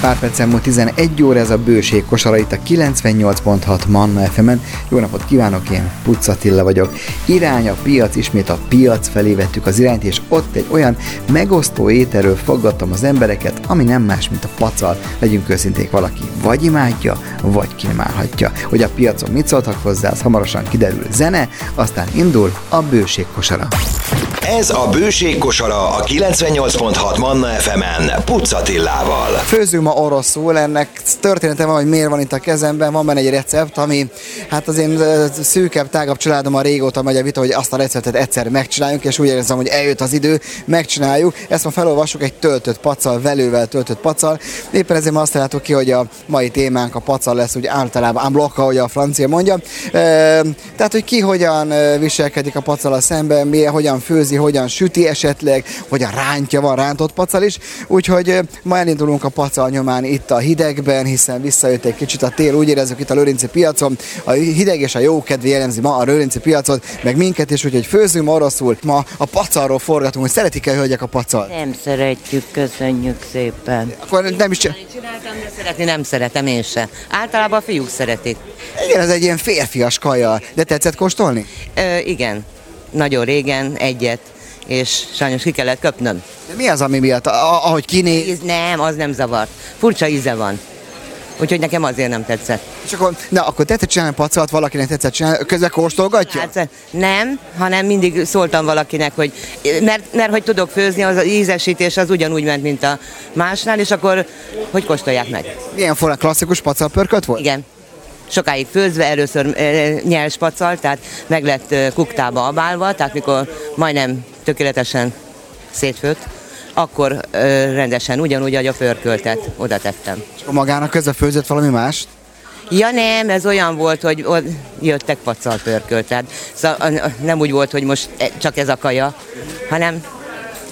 Pár percen múlt 11 óra ez a bőség kosara itt a 98.6 Manna fm Jó napot kívánok, én Puccatilla vagyok. Irány a piac, ismét a piac felé vettük az irányt, és ott egy olyan megosztó ételről faggattam az embereket, ami nem más, mint a pacal. Legyünk őszinték, valaki vagy imádja, vagy kínálhatja. Hogy a piacon mit szóltak hozzá, az hamarosan kiderül zene, aztán indul a bőség kosara. Ez a Bőség Kosara a 98.6 Manna FM-en Puccatillával. Főzünk ma oroszul, ennek története van, hogy miért van itt a kezemben, van benne egy recept, ami hát az én ö, szűkebb, tágabb családom a régóta megy a vita, hogy azt a receptet egyszer megcsináljunk, és úgy érzem, hogy eljött az idő, megcsináljuk. Ezt ma felolvassuk egy töltött pacal, velővel töltött pacal. Éppen ezért ma azt találtuk ki, hogy a mai témánk a pacal lesz, úgy általában unblock, ahogy a francia mondja. E, tehát, hogy ki hogyan ö, viselkedik a pacal a szemben, milyen, hogyan főzi, hogyan süti esetleg, hogyan rántja, van rántott pacal is. Úgyhogy ö, ma elindulunk a pacal nyomán itt a hidegben, hiszen visszajött egy kicsit a tél, úgy érezzük itt a Lőrinci piacon. A hideg és a jó kedv jellemzi ma a Lőrinci piacot, meg minket is, úgyhogy főzünk oroszul. Ma a pacalról forgatunk, hogy szeretik-e hölgyek a pacalt. Nem szeretjük, köszönjük szépen. Akkor nem is csinál. Csináltam, de szeretni nem szeretem én se. Általában a fiúk szeretik. Igen, ez egy ilyen férfias kaja, de tetszett kóstolni? Ö, igen, nagyon régen egyet, és sajnos ki kellett köpnöm. De mi az, ami miatt? A- ahogy kinéz, Íz, nem, az nem zavart. Furcsa íze van. Úgyhogy nekem azért nem tetszett. és akkor, na, akkor tetszett csinálni a pacalt, valakinek tetszett csinálni, közben kóstolgatja? Hát, nem, hanem mindig szóltam valakinek, hogy mert, mert hogy tudok főzni, az, az ízesítés az ugyanúgy ment, mint a másnál, és akkor hogy kóstolják meg. Milyen forrán klasszikus pacalpörkölt volt? Igen. Sokáig főzve, először e, nyers pacal, tehát meg lett e, kuktába abálva, tehát mikor majdnem tökéletesen szétfőtt, akkor e, rendesen ugyanúgy, ahogy a pörköltet oda tettem. És akkor magának közben főzött valami mást? Ja nem, ez olyan volt, hogy o- jöttek pacal pörkölt, tehát szóval, a- a- nem úgy volt, hogy most e, csak ez a kaja, hanem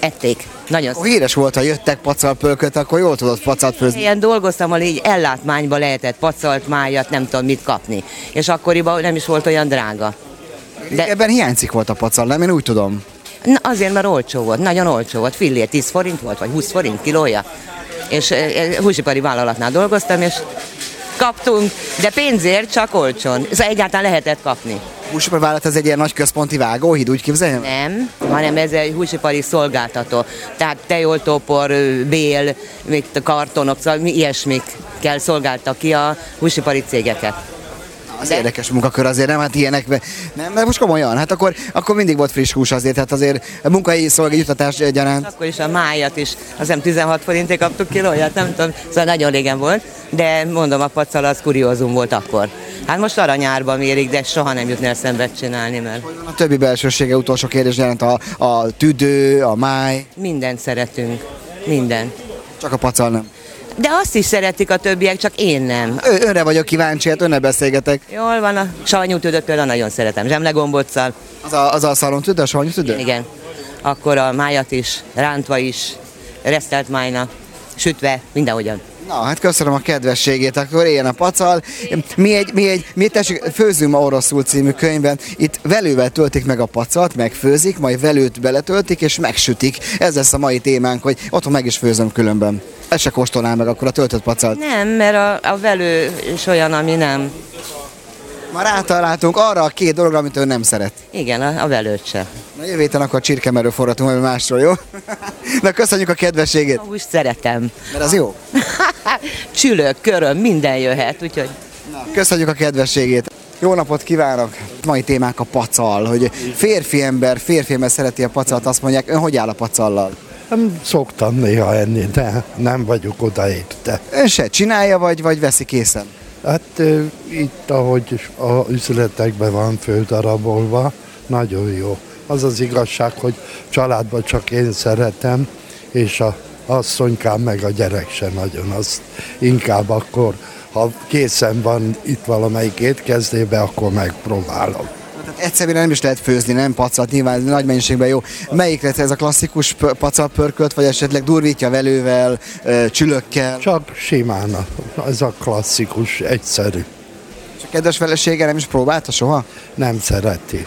ették. Nagyon Akkor híres volt, ha jöttek pacalpörkölt, akkor jól tudott pacalt főzni. Ilyen dolgoztam, ahol így ellátmányba lehetett pacalt, májat, nem tudom mit kapni. És akkoriban nem is volt olyan drága. De... De- Ebben hiányzik volt a pacal, nem? Én úgy tudom. Na, azért, mert olcsó volt, nagyon olcsó volt. Fillér 10 forint volt, vagy 20 forint kilója. És e, e, húsipari vállalatnál dolgoztam, és kaptunk, de pénzért csak olcsón. Ez egyáltalán lehetett kapni. Húsiparvállalat ez egy ilyen nagy központi vágóhíd, úgy képzeljem? Nem, hanem ez egy húsipari szolgáltató. Tehát tejoltópor, ö, bél, még t- kartonok, szóval mi ilyesmikkel szolgálta ki a húsipari cégeket. Az érdekes munkakör azért, nem? Hát ilyenekbe. Nem, de most komolyan. Hát akkor, akkor mindig volt friss hús azért, hát azért a munkai szolgai jutatás egyaránt. Akkor is a májat is, azt hiszem 16 forintért kaptuk kilóját, nem tudom, szóval nagyon régen volt, de mondom, a pacal az kuriózum volt akkor. Hát most aranyárba mérik, de soha nem jutna eszembe csinálni, mert A többi belsősége utolsó kérdés jelent a, a tüdő, a máj, mindent szeretünk, minden. csak a pacal nem. De azt is szeretik a többiek, csak én nem. Ö, önre vagyok kíváncsi, hát önne beszélgetek. Jól van, a savanyútődöt például nagyon szeretem, zsemlegombocsal, Az a, az a szalon tüdő, a savanyú tüdő? igen. Akkor a májat is, rántva is, resztelt májna, sütve, mindenhogyan. Na, hát köszönöm a kedvességét, akkor éljen a pacal. Mi egy, mi egy, mi tessék, főzünk ma oroszul című könyvben, itt velővel töltik meg a pacalt, megfőzik, majd velőt beletöltik és megsütik. Ez lesz a mai témánk, hogy otthon meg is főzöm különben. Ezt se kóstolnál meg akkor a töltött pacalt. Nem, mert a, a velő is olyan, ami nem. Ma rátaláltunk arra a két dologra, amit ő nem szeret. Igen, a, a velőt se. Na jövő héten akkor csirkemerő forratunk valami másról, jó? Na köszönjük a kedvességét, A húst szeretem. mert az jó. Csülök, köröm, minden jöhet, úgyhogy Köszönjük a kedvességét! Jó napot kívánok! Mai témánk a pacal, hogy férfi ember, férfi ember szereti a pacalt, azt mondják, ön hogy áll a pacallal? Nem szoktam néha enni, de nem vagyok odaérte. Ön se csinálja, vagy, vagy veszi készen? Hát ö, itt, ahogy a üzletekben van földarabolva, nagyon jó. Az az igazság, hogy családban csak én szeretem, és a asszonykám meg a gyerek se nagyon. Azt inkább akkor, ha készen van itt valamelyik étkezdébe, akkor megpróbálom. Tehát egyszerűen Hát nem is lehet főzni, nem pacalt, nyilván nagy mennyiségben jó. Melyik lesz ez a klasszikus p- pacal pörkölt, vagy esetleg durvítja velővel, ö, csülökkel? Csak simán, a- ez a klasszikus, egyszerű. Csak kedves felesége nem is próbálta soha? Nem szereti.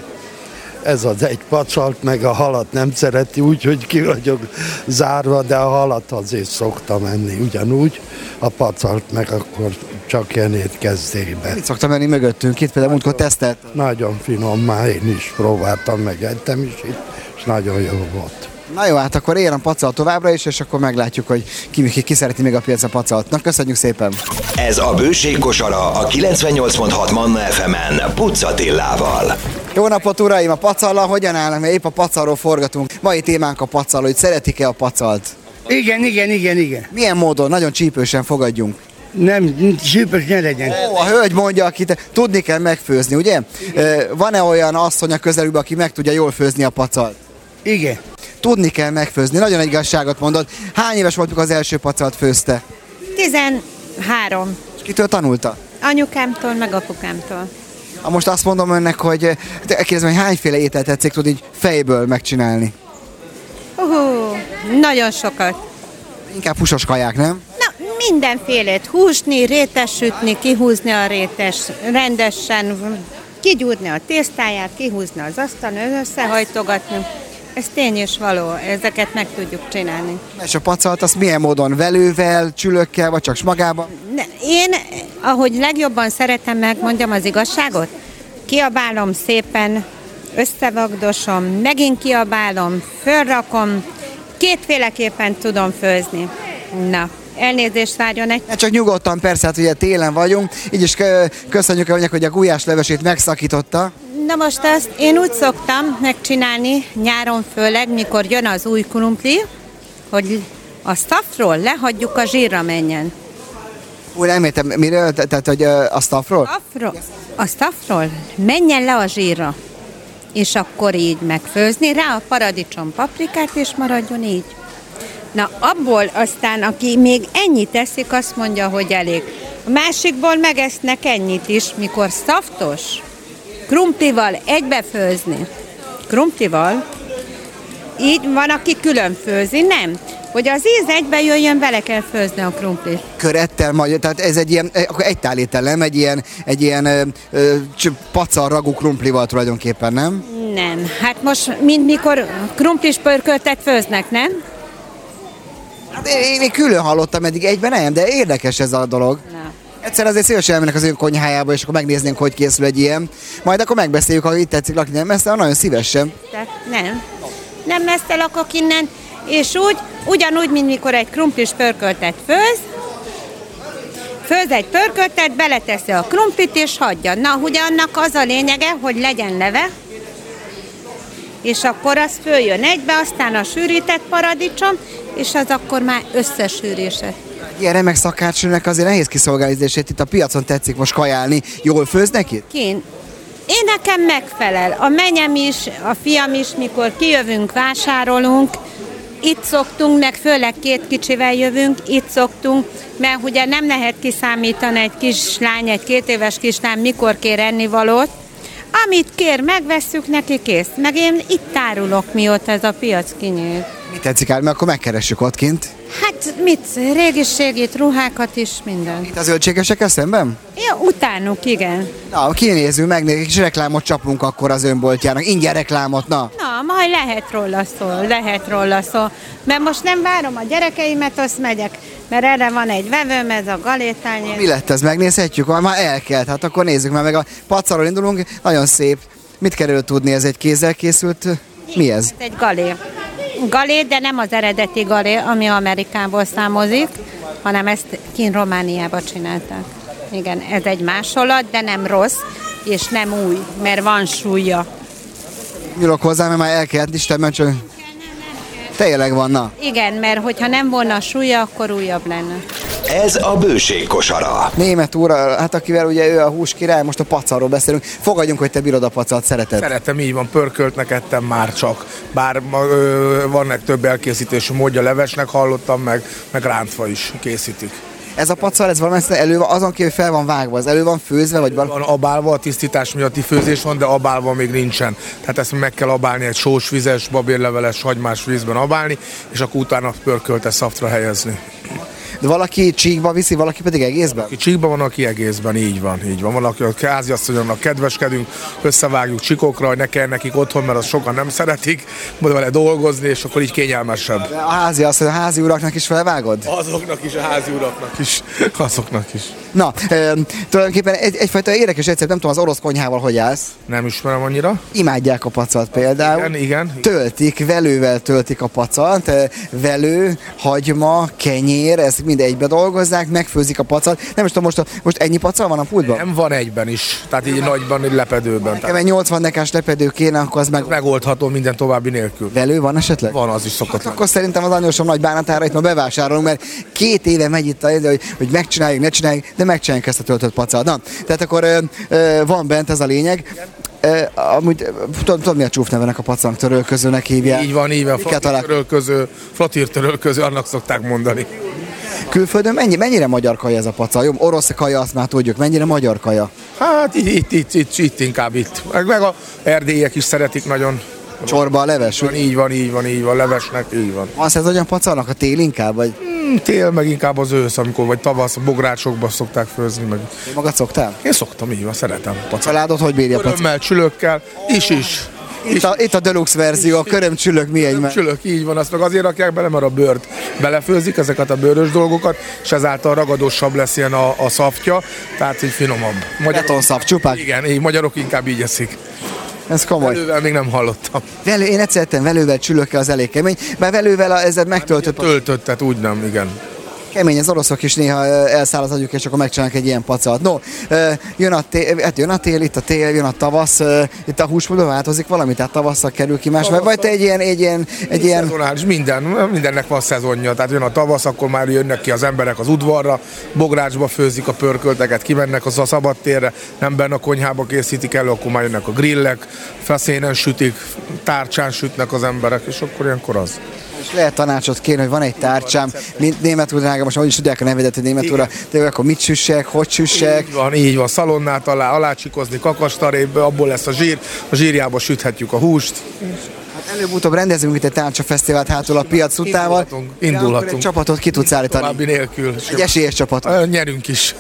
ez az egy pacalt, meg a halat nem szereti, úgyhogy ki vagyok zárva, de a halat azért szoktam enni ugyanúgy, a pacalt meg akkor csak ilyen étkezdékben. Itt szoktam menni mögöttünk, itt például múltkor tesztelt. Nagyon finom, már én is próbáltam, meg ettem is itt, és nagyon jó volt. Na jó, hát akkor érem pacal továbbra is, és akkor meglátjuk, hogy ki, ki, ki szereti még a piacon pacalt. Na, köszönjük szépen! Ez a Bőség kosara a 98.6 Manna FM-en Puccatillával. Jó napot, uraim! A pacallal hogyan állnak? Mert épp a pacalról forgatunk. Mai témánk a pacal, hogy szeretik-e a pacalt? Igen, igen, igen, igen. Milyen módon? Nagyon csípősen fogadjunk. Nem, zsűpös ne legyen. Ó, a hölgy mondja, akit tudni kell megfőzni, ugye? Ö, Van-e olyan asszony a közelükben, aki meg tudja jól főzni a pacalt? Igen. Tudni kell megfőzni. Nagyon egy igazságot mondod. Hány éves volt, mikor az első pacalt főzte? 13. És kitől tanulta? Anyukámtól, meg apukámtól. Ha most azt mondom önnek, hogy eh, te kérdezem, hogy hányféle ételt tetszik tud így fejből megcsinálni? Uhú, nagyon sokat. Inkább húsos kaják, nem? Na, mindenfélét. Húsni, rétesütni, kihúzni a rétes, rendesen kigyúrni a tésztáját, kihúzni az asztalon, összehajtogatni. Ez tény és való, ezeket meg tudjuk csinálni. És a pacalt azt milyen módon? Velővel, csülökkel, vagy csak magában? Ne- Én, ahogy legjobban szeretem, megmondjam az igazságot, kiabálom szépen, összevagdosom, megint kiabálom, fölrakom, kétféleképpen tudom főzni. Na, elnézést várjon egy... Ne csak nyugodtan, persze, hát ugye télen vagyunk, így is kö- köszönjük önnek, hogy a gulyás levesét megszakította. Na most azt én úgy szoktam megcsinálni, nyáron főleg, mikor jön az új krumpli, hogy a szafról lehagyjuk a zsírra menjen. Úr, elméltem, miről? Te- Tehát, hogy ö, a staffról? Afro, a szafról menjen le a zsírra, és akkor így megfőzni, rá a paradicsom paprikát, és maradjon így. Na, abból aztán, aki még ennyit teszik, azt mondja, hogy elég. A másikból megesznek ennyit is, mikor szaftos, krumplival egybefőzni. Krumplival, így van, aki külön főzi, nem. Hogy az íz egybe jöjjön, bele kell főzni a krumplit. Körettel magyar, tehát ez egy ilyen, eh, akkor egy tálétel, nem egy ilyen, egy ilyen ö, ö, cs- pacal ragú krumplival tulajdonképpen, nem? Nem, hát most, mint mikor krumplis pörköltet főznek, nem? Hát én, én, én külön hallottam eddig, egyben nem, de érdekes ez a dolog. Na. Egyszer azért szívesen elmennek az ön konyhájába, és akkor megnéznénk, hogy készül egy ilyen. Majd akkor megbeszéljük, ha itt tetszik lakni, nem messze, nagyon szívesen. Tehát nem. Nem messze lakok innen, és úgy, ugyanúgy, mint mikor egy krumplis pörköltet főz, főz egy pörköltet, beleteszi a krumplit és hagyja. Na, ugye annak az a lényege, hogy legyen leve, és akkor az följön egybe, aztán a sűrített paradicsom, és az akkor már összesűrése. Egy Ilyen remek szakácsnőnek azért nehéz kiszolgálni ízlését, itt a piacon tetszik most kajálni. Jól főznek itt? Kint. Én nekem megfelel. A menyem is, a fiam is, mikor kijövünk, vásárolunk, itt szoktunk, meg főleg két kicsivel jövünk, itt szoktunk, mert ugye nem lehet kiszámítani egy kislány, egy két éves kislány, mikor kér ennivalót. Amit kér, megvesszük neki, kész. Meg én itt tárulok, mióta ez a piac kinyílt. Mi tetszik el, mert akkor megkeressük ott kint. Hát mit, régiségét, ruhákat is, minden. Itt az zöldségesek szemben? Ja, utánuk, igen. Na, kinézünk, megnézzük, és reklámot csapunk akkor az önboltjának. Ingyen reklámot, na. Na, majd lehet róla szó, lehet róla szó. Mert most nem várom a gyerekeimet, azt megyek. Mert erre van egy vevőm, ez a galétányi. Mi lett ez? Megnézhetjük? Már, már elkelt. Hát akkor nézzük már meg. A pacarról indulunk. Nagyon szép. Mit kerül tudni? Ez egy kézzel készült? Mi ez? Ez Hát egy galé. Galé, de nem az eredeti galé, ami Amerikából számozik, hanem ezt kint Romániába csinálták. Igen, ez egy másolat, de nem rossz, és nem új, mert van súlya. Nyúlok hozzá, mert már elkelt. Isten ments, hogy... Tényleg van, na. Igen, mert hogyha nem volna súlya, akkor újabb lenne. Ez a Bőség kosara. Német úr, hát akivel ugye ő a hús király, most a pacarról beszélünk. Fogadjunk, hogy te bírod a pacalt, szereted. Szeretem, így van, pörköltnek ettem már csak. Bár ma, ö, van egy több elkészítési módja, levesnek hallottam meg, meg rántva is készítik. Ez a pacal, ez valami elő van, azon kívül hogy fel van vágva, ez elő van főzve, vagy valami? Van abálva, a tisztítás miatti főzés van, de abálva még nincsen. Tehát ezt meg kell abálni egy sós vizes, babérleveles, hagymás vízben abálni, és akkor utána pörkölte szaftra helyezni. De valaki csíkba viszi, valaki pedig egészben? Aki csíkban van, aki egészben, így van, így van. Van, aki a háziasszonyomnak kedveskedünk, összevágjuk csikokra, hogy ne kell nekik otthon, mert azt sokan nem szeretik, mondom vele dolgozni, és akkor így kényelmesebb. De A házi azt, a házi uraknak is felvágod? Azoknak is, a házi uraknak is. Azoknak is. Na, öm, tulajdonképpen egy, egyfajta érdekes recept, nem tudom, az orosz konyhával hogy állsz. Nem ismerem annyira. Imádják a pacalt például. Igen, igen. Töltik, velővel töltik a pacalt, ö, velő, hagyma, kenyér, ezt mind egybe dolgozzák, megfőzik a pacalt. Nem is tudom, most, a, most ennyi pacal van a pultban? Nem van egyben is, tehát így nagyban, egy lepedőben. Tehát Nekem egy 80 nekás lepedő kéne, akkor az meg megoldható minden további nélkül. velő van esetleg? Van, az is szokott Hát lenni. akkor szerintem az anyósom nagy bánatára itt ma bevásárolunk, mert két éve megy itt a idő, hogy, hogy megcsináljuk, ne csináljuk, de megcsináljuk ezt a töltött pacalt. Na, tehát akkor ö, ö, van bent ez a lényeg. Ö, amúgy ö, tudod, tudod, mi a csúf nevenek a pacank törölközőnek hívják? Így van, így van. Miket talál... Flatírtörölköző, flatírtörölköző, annak szokták mondani. Külföldön mennyi, mennyire magyar kaja ez a pacal? Jó, orosz kaja, azt már tudjuk, mennyire magyar kaja? Hát így, itt, itt, itt, itt inkább itt. Meg, meg a erdélyek is szeretik nagyon. Csorba a leves, Van, ugye? így van, így van, így van, levesnek, így van. Azt ez olyan pacalnak a tél inkább, vagy Hm, Tél meg inkább az ősz, amikor vagy tavasz, bográcsokba szokták főzni meg. magad szoktál? Én szoktam, így van, szeretem. Pacát. Családod hogy bírja a pacalt? Örömmel, csülökkel, is is. Itt a, itt a deluxe verzió, a körömcsülök mi egy Csülök, így van, azt meg azért rakják bele, mert a bőrt belefőzik ezeket a bőrös dolgokat, és ezáltal ragadósabb lesz ilyen a, a szapja, tehát így finomabb. Betonszap csupán. Igen, így magyarok inkább így eszik. Ez komoly. Elővel még nem hallottam. Velő, én egyszer ettem velővel csülökkel, az elég kemény, bár velővel a- ezzel megtöltött a Töltött, tehát úgy nem, igen. kemény, az oroszok is néha ö, elszáll az agyuk, és akkor megcsinálnak egy ilyen pacalt. No, ö, jön a, tél, hát jön a tél, itt a tél, jön a tavasz, ö, itt a húsmódban változik valami, tehát tavasszal kerül ki más, vagy te egy ilyen, egy ilyen, egy ilyen Szezonális, minden, mindennek van szezonja. Tehát jön a tavasz, akkor már jönnek ki az emberek az udvarra, bográcsba főzik a pörkölteket, kimennek az a szabadtérre, nem benne a konyhába készítik elő, akkor már jönnek a grillek, feszénen sütik, tárcsán sütnek az emberek, és akkor ilyenkor az. És lehet tanácsot kérni, hogy van egy tárcsám, mint német úrnága, most már úgyis tudják a nevedet, hogy német úrra, de akkor mit süssek, hogy süssek, Így van, így van, szalonnát alá, alácsikozni, kakastarébe, abból lesz a zsír, a zsírjába süthetjük a húst. Előbb-utóbb rendezünk itt egy tárcsafesztivált hátul a piac utával. Indulhatunk, De Akkor egy indulhatunk. csapatot ki tudsz állítani. További nélkül. Egy e- esélyes csapat. Ö, Nyerünk is.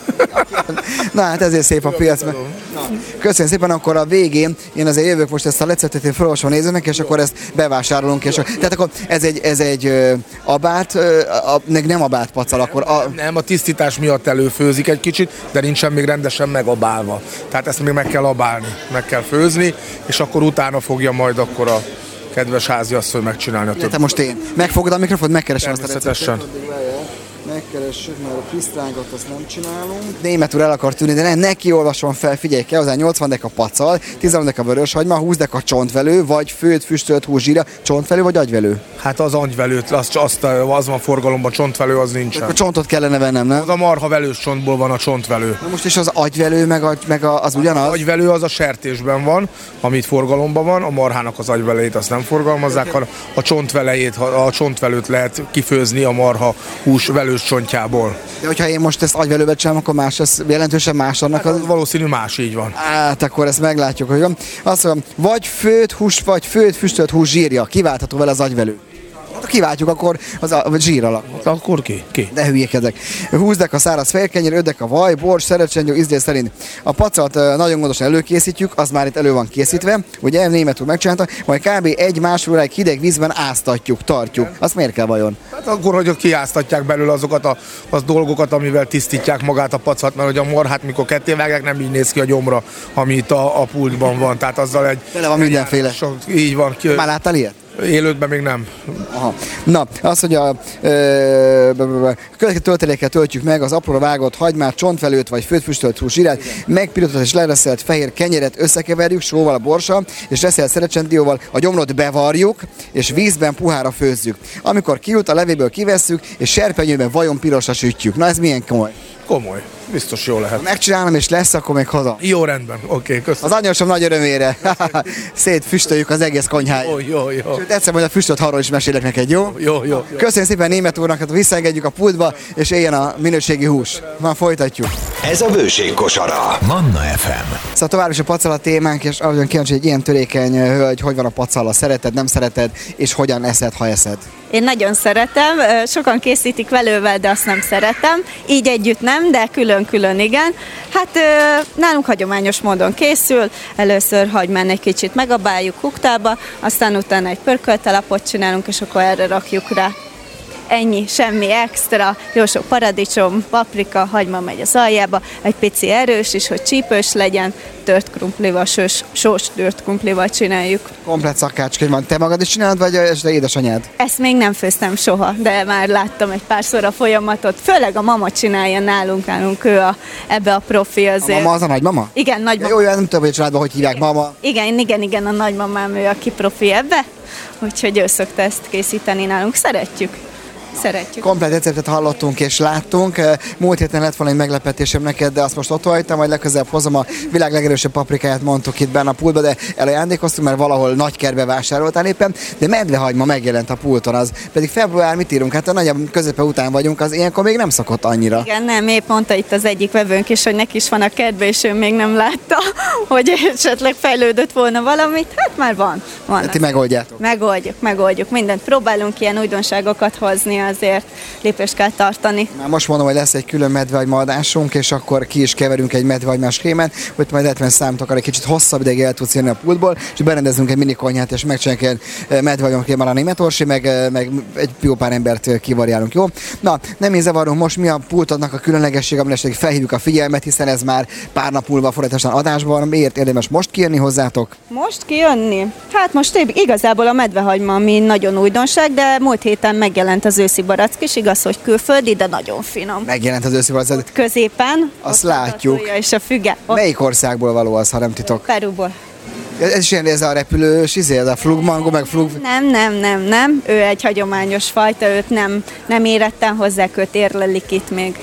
Na hát ezért szép a piac. mert- gondolom. Na, Köszönöm szépen, akkor a végén én azért jövök most ezt a lecetet, én felolvasom a nézőnek, és akkor ezt bevásárolunk. És tehát akkor ez egy, ez egy ö, abát, ö, a, meg nem abát pacal, akkor a, Nem, a tisztítás miatt előfőzik egy kicsit, de nincsen még rendesen megabálva. Tehát ezt még meg kell abálni, meg kell főzni, és akkor utána fogja majd akkor a kedves háziasszony megcsinálni a te többit. most én. Megfogod a mikrofont, megkeresem azt a receptet. Természetesen. Megkeressük, mert a Krisztránkat azt nem csinálunk. Német úr el akar tűnni, de ne, neki olvasom fel, figyelj kell, hozzá 80 deka pacal, 10 deka vöröshagyma, 20 deka csontvelő, vagy főt, füstölt húszsíra, csontvelő vagy agyvelő. Hát az angyvelőt, az, azt, az van forgalomban, csontvelő az A nincsen. csontot kellene vennem, nem? Az a marha velős csontból van a csontvelő. Na most is az agyvelő, meg, a, meg a, az Az ugyanaz? agyvelő az a sertésben van, amit forgalomban van, a marhának az agyvelejét azt nem forgalmazzák, hanem a csontvelejét, ha- a csontvelőt lehet kifőzni a marha hús velős csontjából. De hogyha én most ezt agyvelőbe csinálom, akkor más, ez jelentősen más annak az... Hát Az valószínű más így van. Hát akkor ezt meglátjuk, hogy van. Azt mondom, vagy főt hús, vagy főt füstölt hús zsírja, kiváltható vele az agyvelő. Ha kiváltjuk, akkor az a, vagy zsír alak. Akkor ki? Ki? De hülyékedek. 20 deka száraz félkenyér, 5 deka vaj, bors, szerecsengyó, ízlés szerint. A pacalt ö, nagyon gondosan előkészítjük, az már itt elő van készítve, ugye németül megcsinálta, majd kb. egy másfél óráig hideg vízben áztatjuk, tartjuk. Azt miért kell vajon? Hát akkor, hogy kiáztatják belőle azokat a az dolgokat, amivel tisztítják magát a pacat, mert hogy a marhát, mikor ketté vágják, nem így néz ki a gyomra, ami itt a, a pultban van. Tehát azzal egy... Tele van mindenféle. Sok, így van, ki, Már láttál ilyet? élőkben még nem. Aha. Na, azt mondja, a ö, b- b- b- következő töltelékkel töltjük meg az apróra vágott hagymát, csontvelőt vagy főtfüstölt húsírát, megpirított és lereszelt fehér kenyeret összekeverjük sóval, a borssal és reszelt szerecsendióval, a gyomrot bevarjuk és vízben puhára főzzük. Amikor kiút, a levéből kivesszük és serpenyőben vajon pirosra sütjük. Na ez milyen komoly. Komoly. Biztos jó lehet. Megcsinálom és lesz, akkor még haza. Jó rendben, oké, okay, köszönöm. Az anyósom nagy örömére. Szétfüstöljük az egész konyháját. Ó, jó, jó. Sőt, egyszer majd a füstöt arról is mesélek neked, jó? Jó, jó. Köszönjük szépen német úrnak, hát visszaengedjük a pultba, és éljen a minőségi hús. Már folytatjuk. Ez a bőség kosara. Manna FM. Szóval tovább is a pacal a témánk, és nagyon kíváncsi, hogy egy ilyen törékeny eh, hölgy, hogy van a pacalla, szereted, nem szereted, és hogyan eszed, ha eszed. Én nagyon szeretem, ö, sokan készítik velővel, de azt nem szeretem. Így együtt nem, de külön-külön igen. Hát ö, nálunk hagyományos módon készül, először hagymán egy kicsit megabáljuk kuktába, aztán utána egy pörköltelapot csinálunk, és akkor erre rakjuk rá. Ennyi, semmi extra, jó sok paradicsom, paprika, hagyma megy az aljába, egy pici erős is, hogy csípős legyen, tört krumplival, sós, sós tört krumplival csináljuk. Komplet szakácskönyv van. Te magad is csinálod, vagy eh, esetleg édesanyád? Ezt még nem főztem soha, de már láttam egy párszor a folyamatot. Főleg a mama csinálja nálunk, nálunk ő a, ebbe a profi A azért. mama az a nagymama? Igen, Ja, nagymama. Jó, jó, nem tudom, hogy a családban hogy hívják, mama. Igen, igen, igen, a nagymamám ő, aki profi ebbe, úgyhogy ő szokta ezt készíteni nálunk. Szeretjük. Szeretjük. Komplet receptet hallottunk és láttunk. Múlt héten lett volna egy meglepetésem neked, de azt most ott hagytam, majd legközelebb hozom a világ legerősebb paprikáját, mondtuk itt benne a pultba, de elajándékoztunk, mert valahol nagy kerbe vásároltál éppen, de medvehagyma megjelent a pulton, az pedig február mit írunk, hát a nagyobb közepe után vagyunk, az ilyenkor még nem szokott annyira. Igen, nem, épp mondta itt az egyik vevőnk is, hogy neki is van a kedve, és ő még nem látta, hogy esetleg fejlődött volna valamit. Hát már van. van Hát Ti megoldjátok. Megoldjuk, megoldjuk, mindent próbálunk ilyen újdonságokat hozni azért, lépést kell tartani. Már most mondom, hogy lesz egy külön medvehagyma adásunk, és akkor ki is keverünk egy medvehagymás krémen, hogy majd lehet, mert számítok arra egy kicsit hosszabb ideig el tudsz jönni a pultból, és berendezünk egy mini konyhát, és megcsinálunk egy eh, medvehagymás krémmel a német orsi, meg, eh, meg egy jó pár embert eh, kivariálunk, jó? Na, nem én zavarunk most, mi a pultodnak a különlegesség, amire esetleg felhívjuk a figyelmet, hiszen ez már pár nap múlva fordításan adásban, miért érdemes most kijönni hozzátok? Most kijönni? Hát most épp- igazából a medvehagyma, ami nagyon újdonság, de múlt héten megjelent az őszi barack is, igaz, hogy külföldi, de nagyon finom. Megjelent az őszi valószínűleg. Középen. Azt ott a látjuk. tartója És a füge. Ott Melyik országból való az, ha nem titok? Perúból. Ez is ilyen, ez a repülős, izé, ez a flugmango, meg flug... Nem, nem, nem, nem. Ő egy hagyományos fajta, őt nem, nem éretten hozzák, őt érlelik itt még.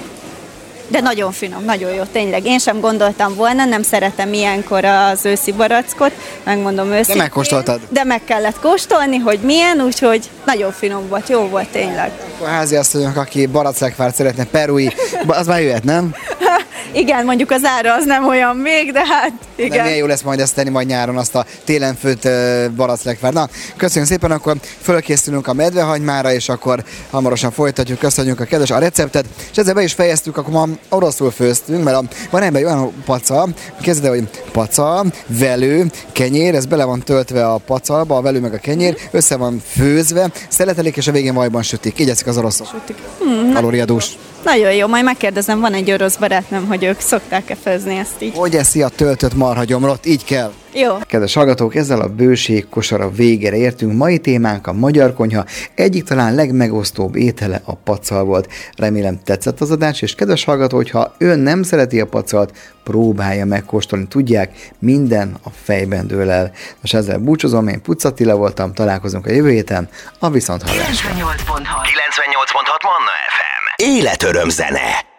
De nagyon finom, nagyon jó, tényleg. Én sem gondoltam volna, nem szeretem ilyenkor az őszi barackot, megmondom őszintén. megkóstoltad? De meg kellett kóstolni, hogy milyen, úgyhogy nagyon finom volt, jó volt tényleg. A háziasszonyok, aki baraclekvárt szeretne, perui, ba- az már jöhet, nem? Igen, mondjuk az ára az nem olyan még, de hát De milyen igen. jó lesz majd ezt tenni majd nyáron, azt a télen főtt ö, baraclekvárt. Na, köszönjük szépen, akkor fölkészülünk a medvehagymára, és akkor hamarosan folytatjuk, köszönjük a kedves a receptet. És ezzel be is fejeztük, akkor ma oroszul főztünk, mert a, van ebben egy olyan paca, kezdve, hogy paca, velő, kenyér, ez bele van töltve a pacalba, a velő meg a kenyér, össze van főzve, szeletelik, és a végén vajban sütik. Így eszik az oroszok. Sütik. Kalóriadús. Nagyon jó, majd megkérdezem, van egy orosz barátnőm, hogy ők szokták-e főzni ezt így. Hogy eszi a töltött marhagyomrot? Így kell. Jó. Kedves hallgatók, ezzel a bőség kosara végére értünk. Mai témánk a magyar konyha egyik talán legmegosztóbb étele a pacal volt. Remélem tetszett az adás, és kedves hallgató, hogyha ön nem szereti a pacalt, próbálja megkóstolni. Tudják, minden a fejben dől el. Most ezzel búcsúzom, én Pucatilla voltam, találkozunk a jövő héten, a viszont 98.6 Manna FM. Életöröm zene.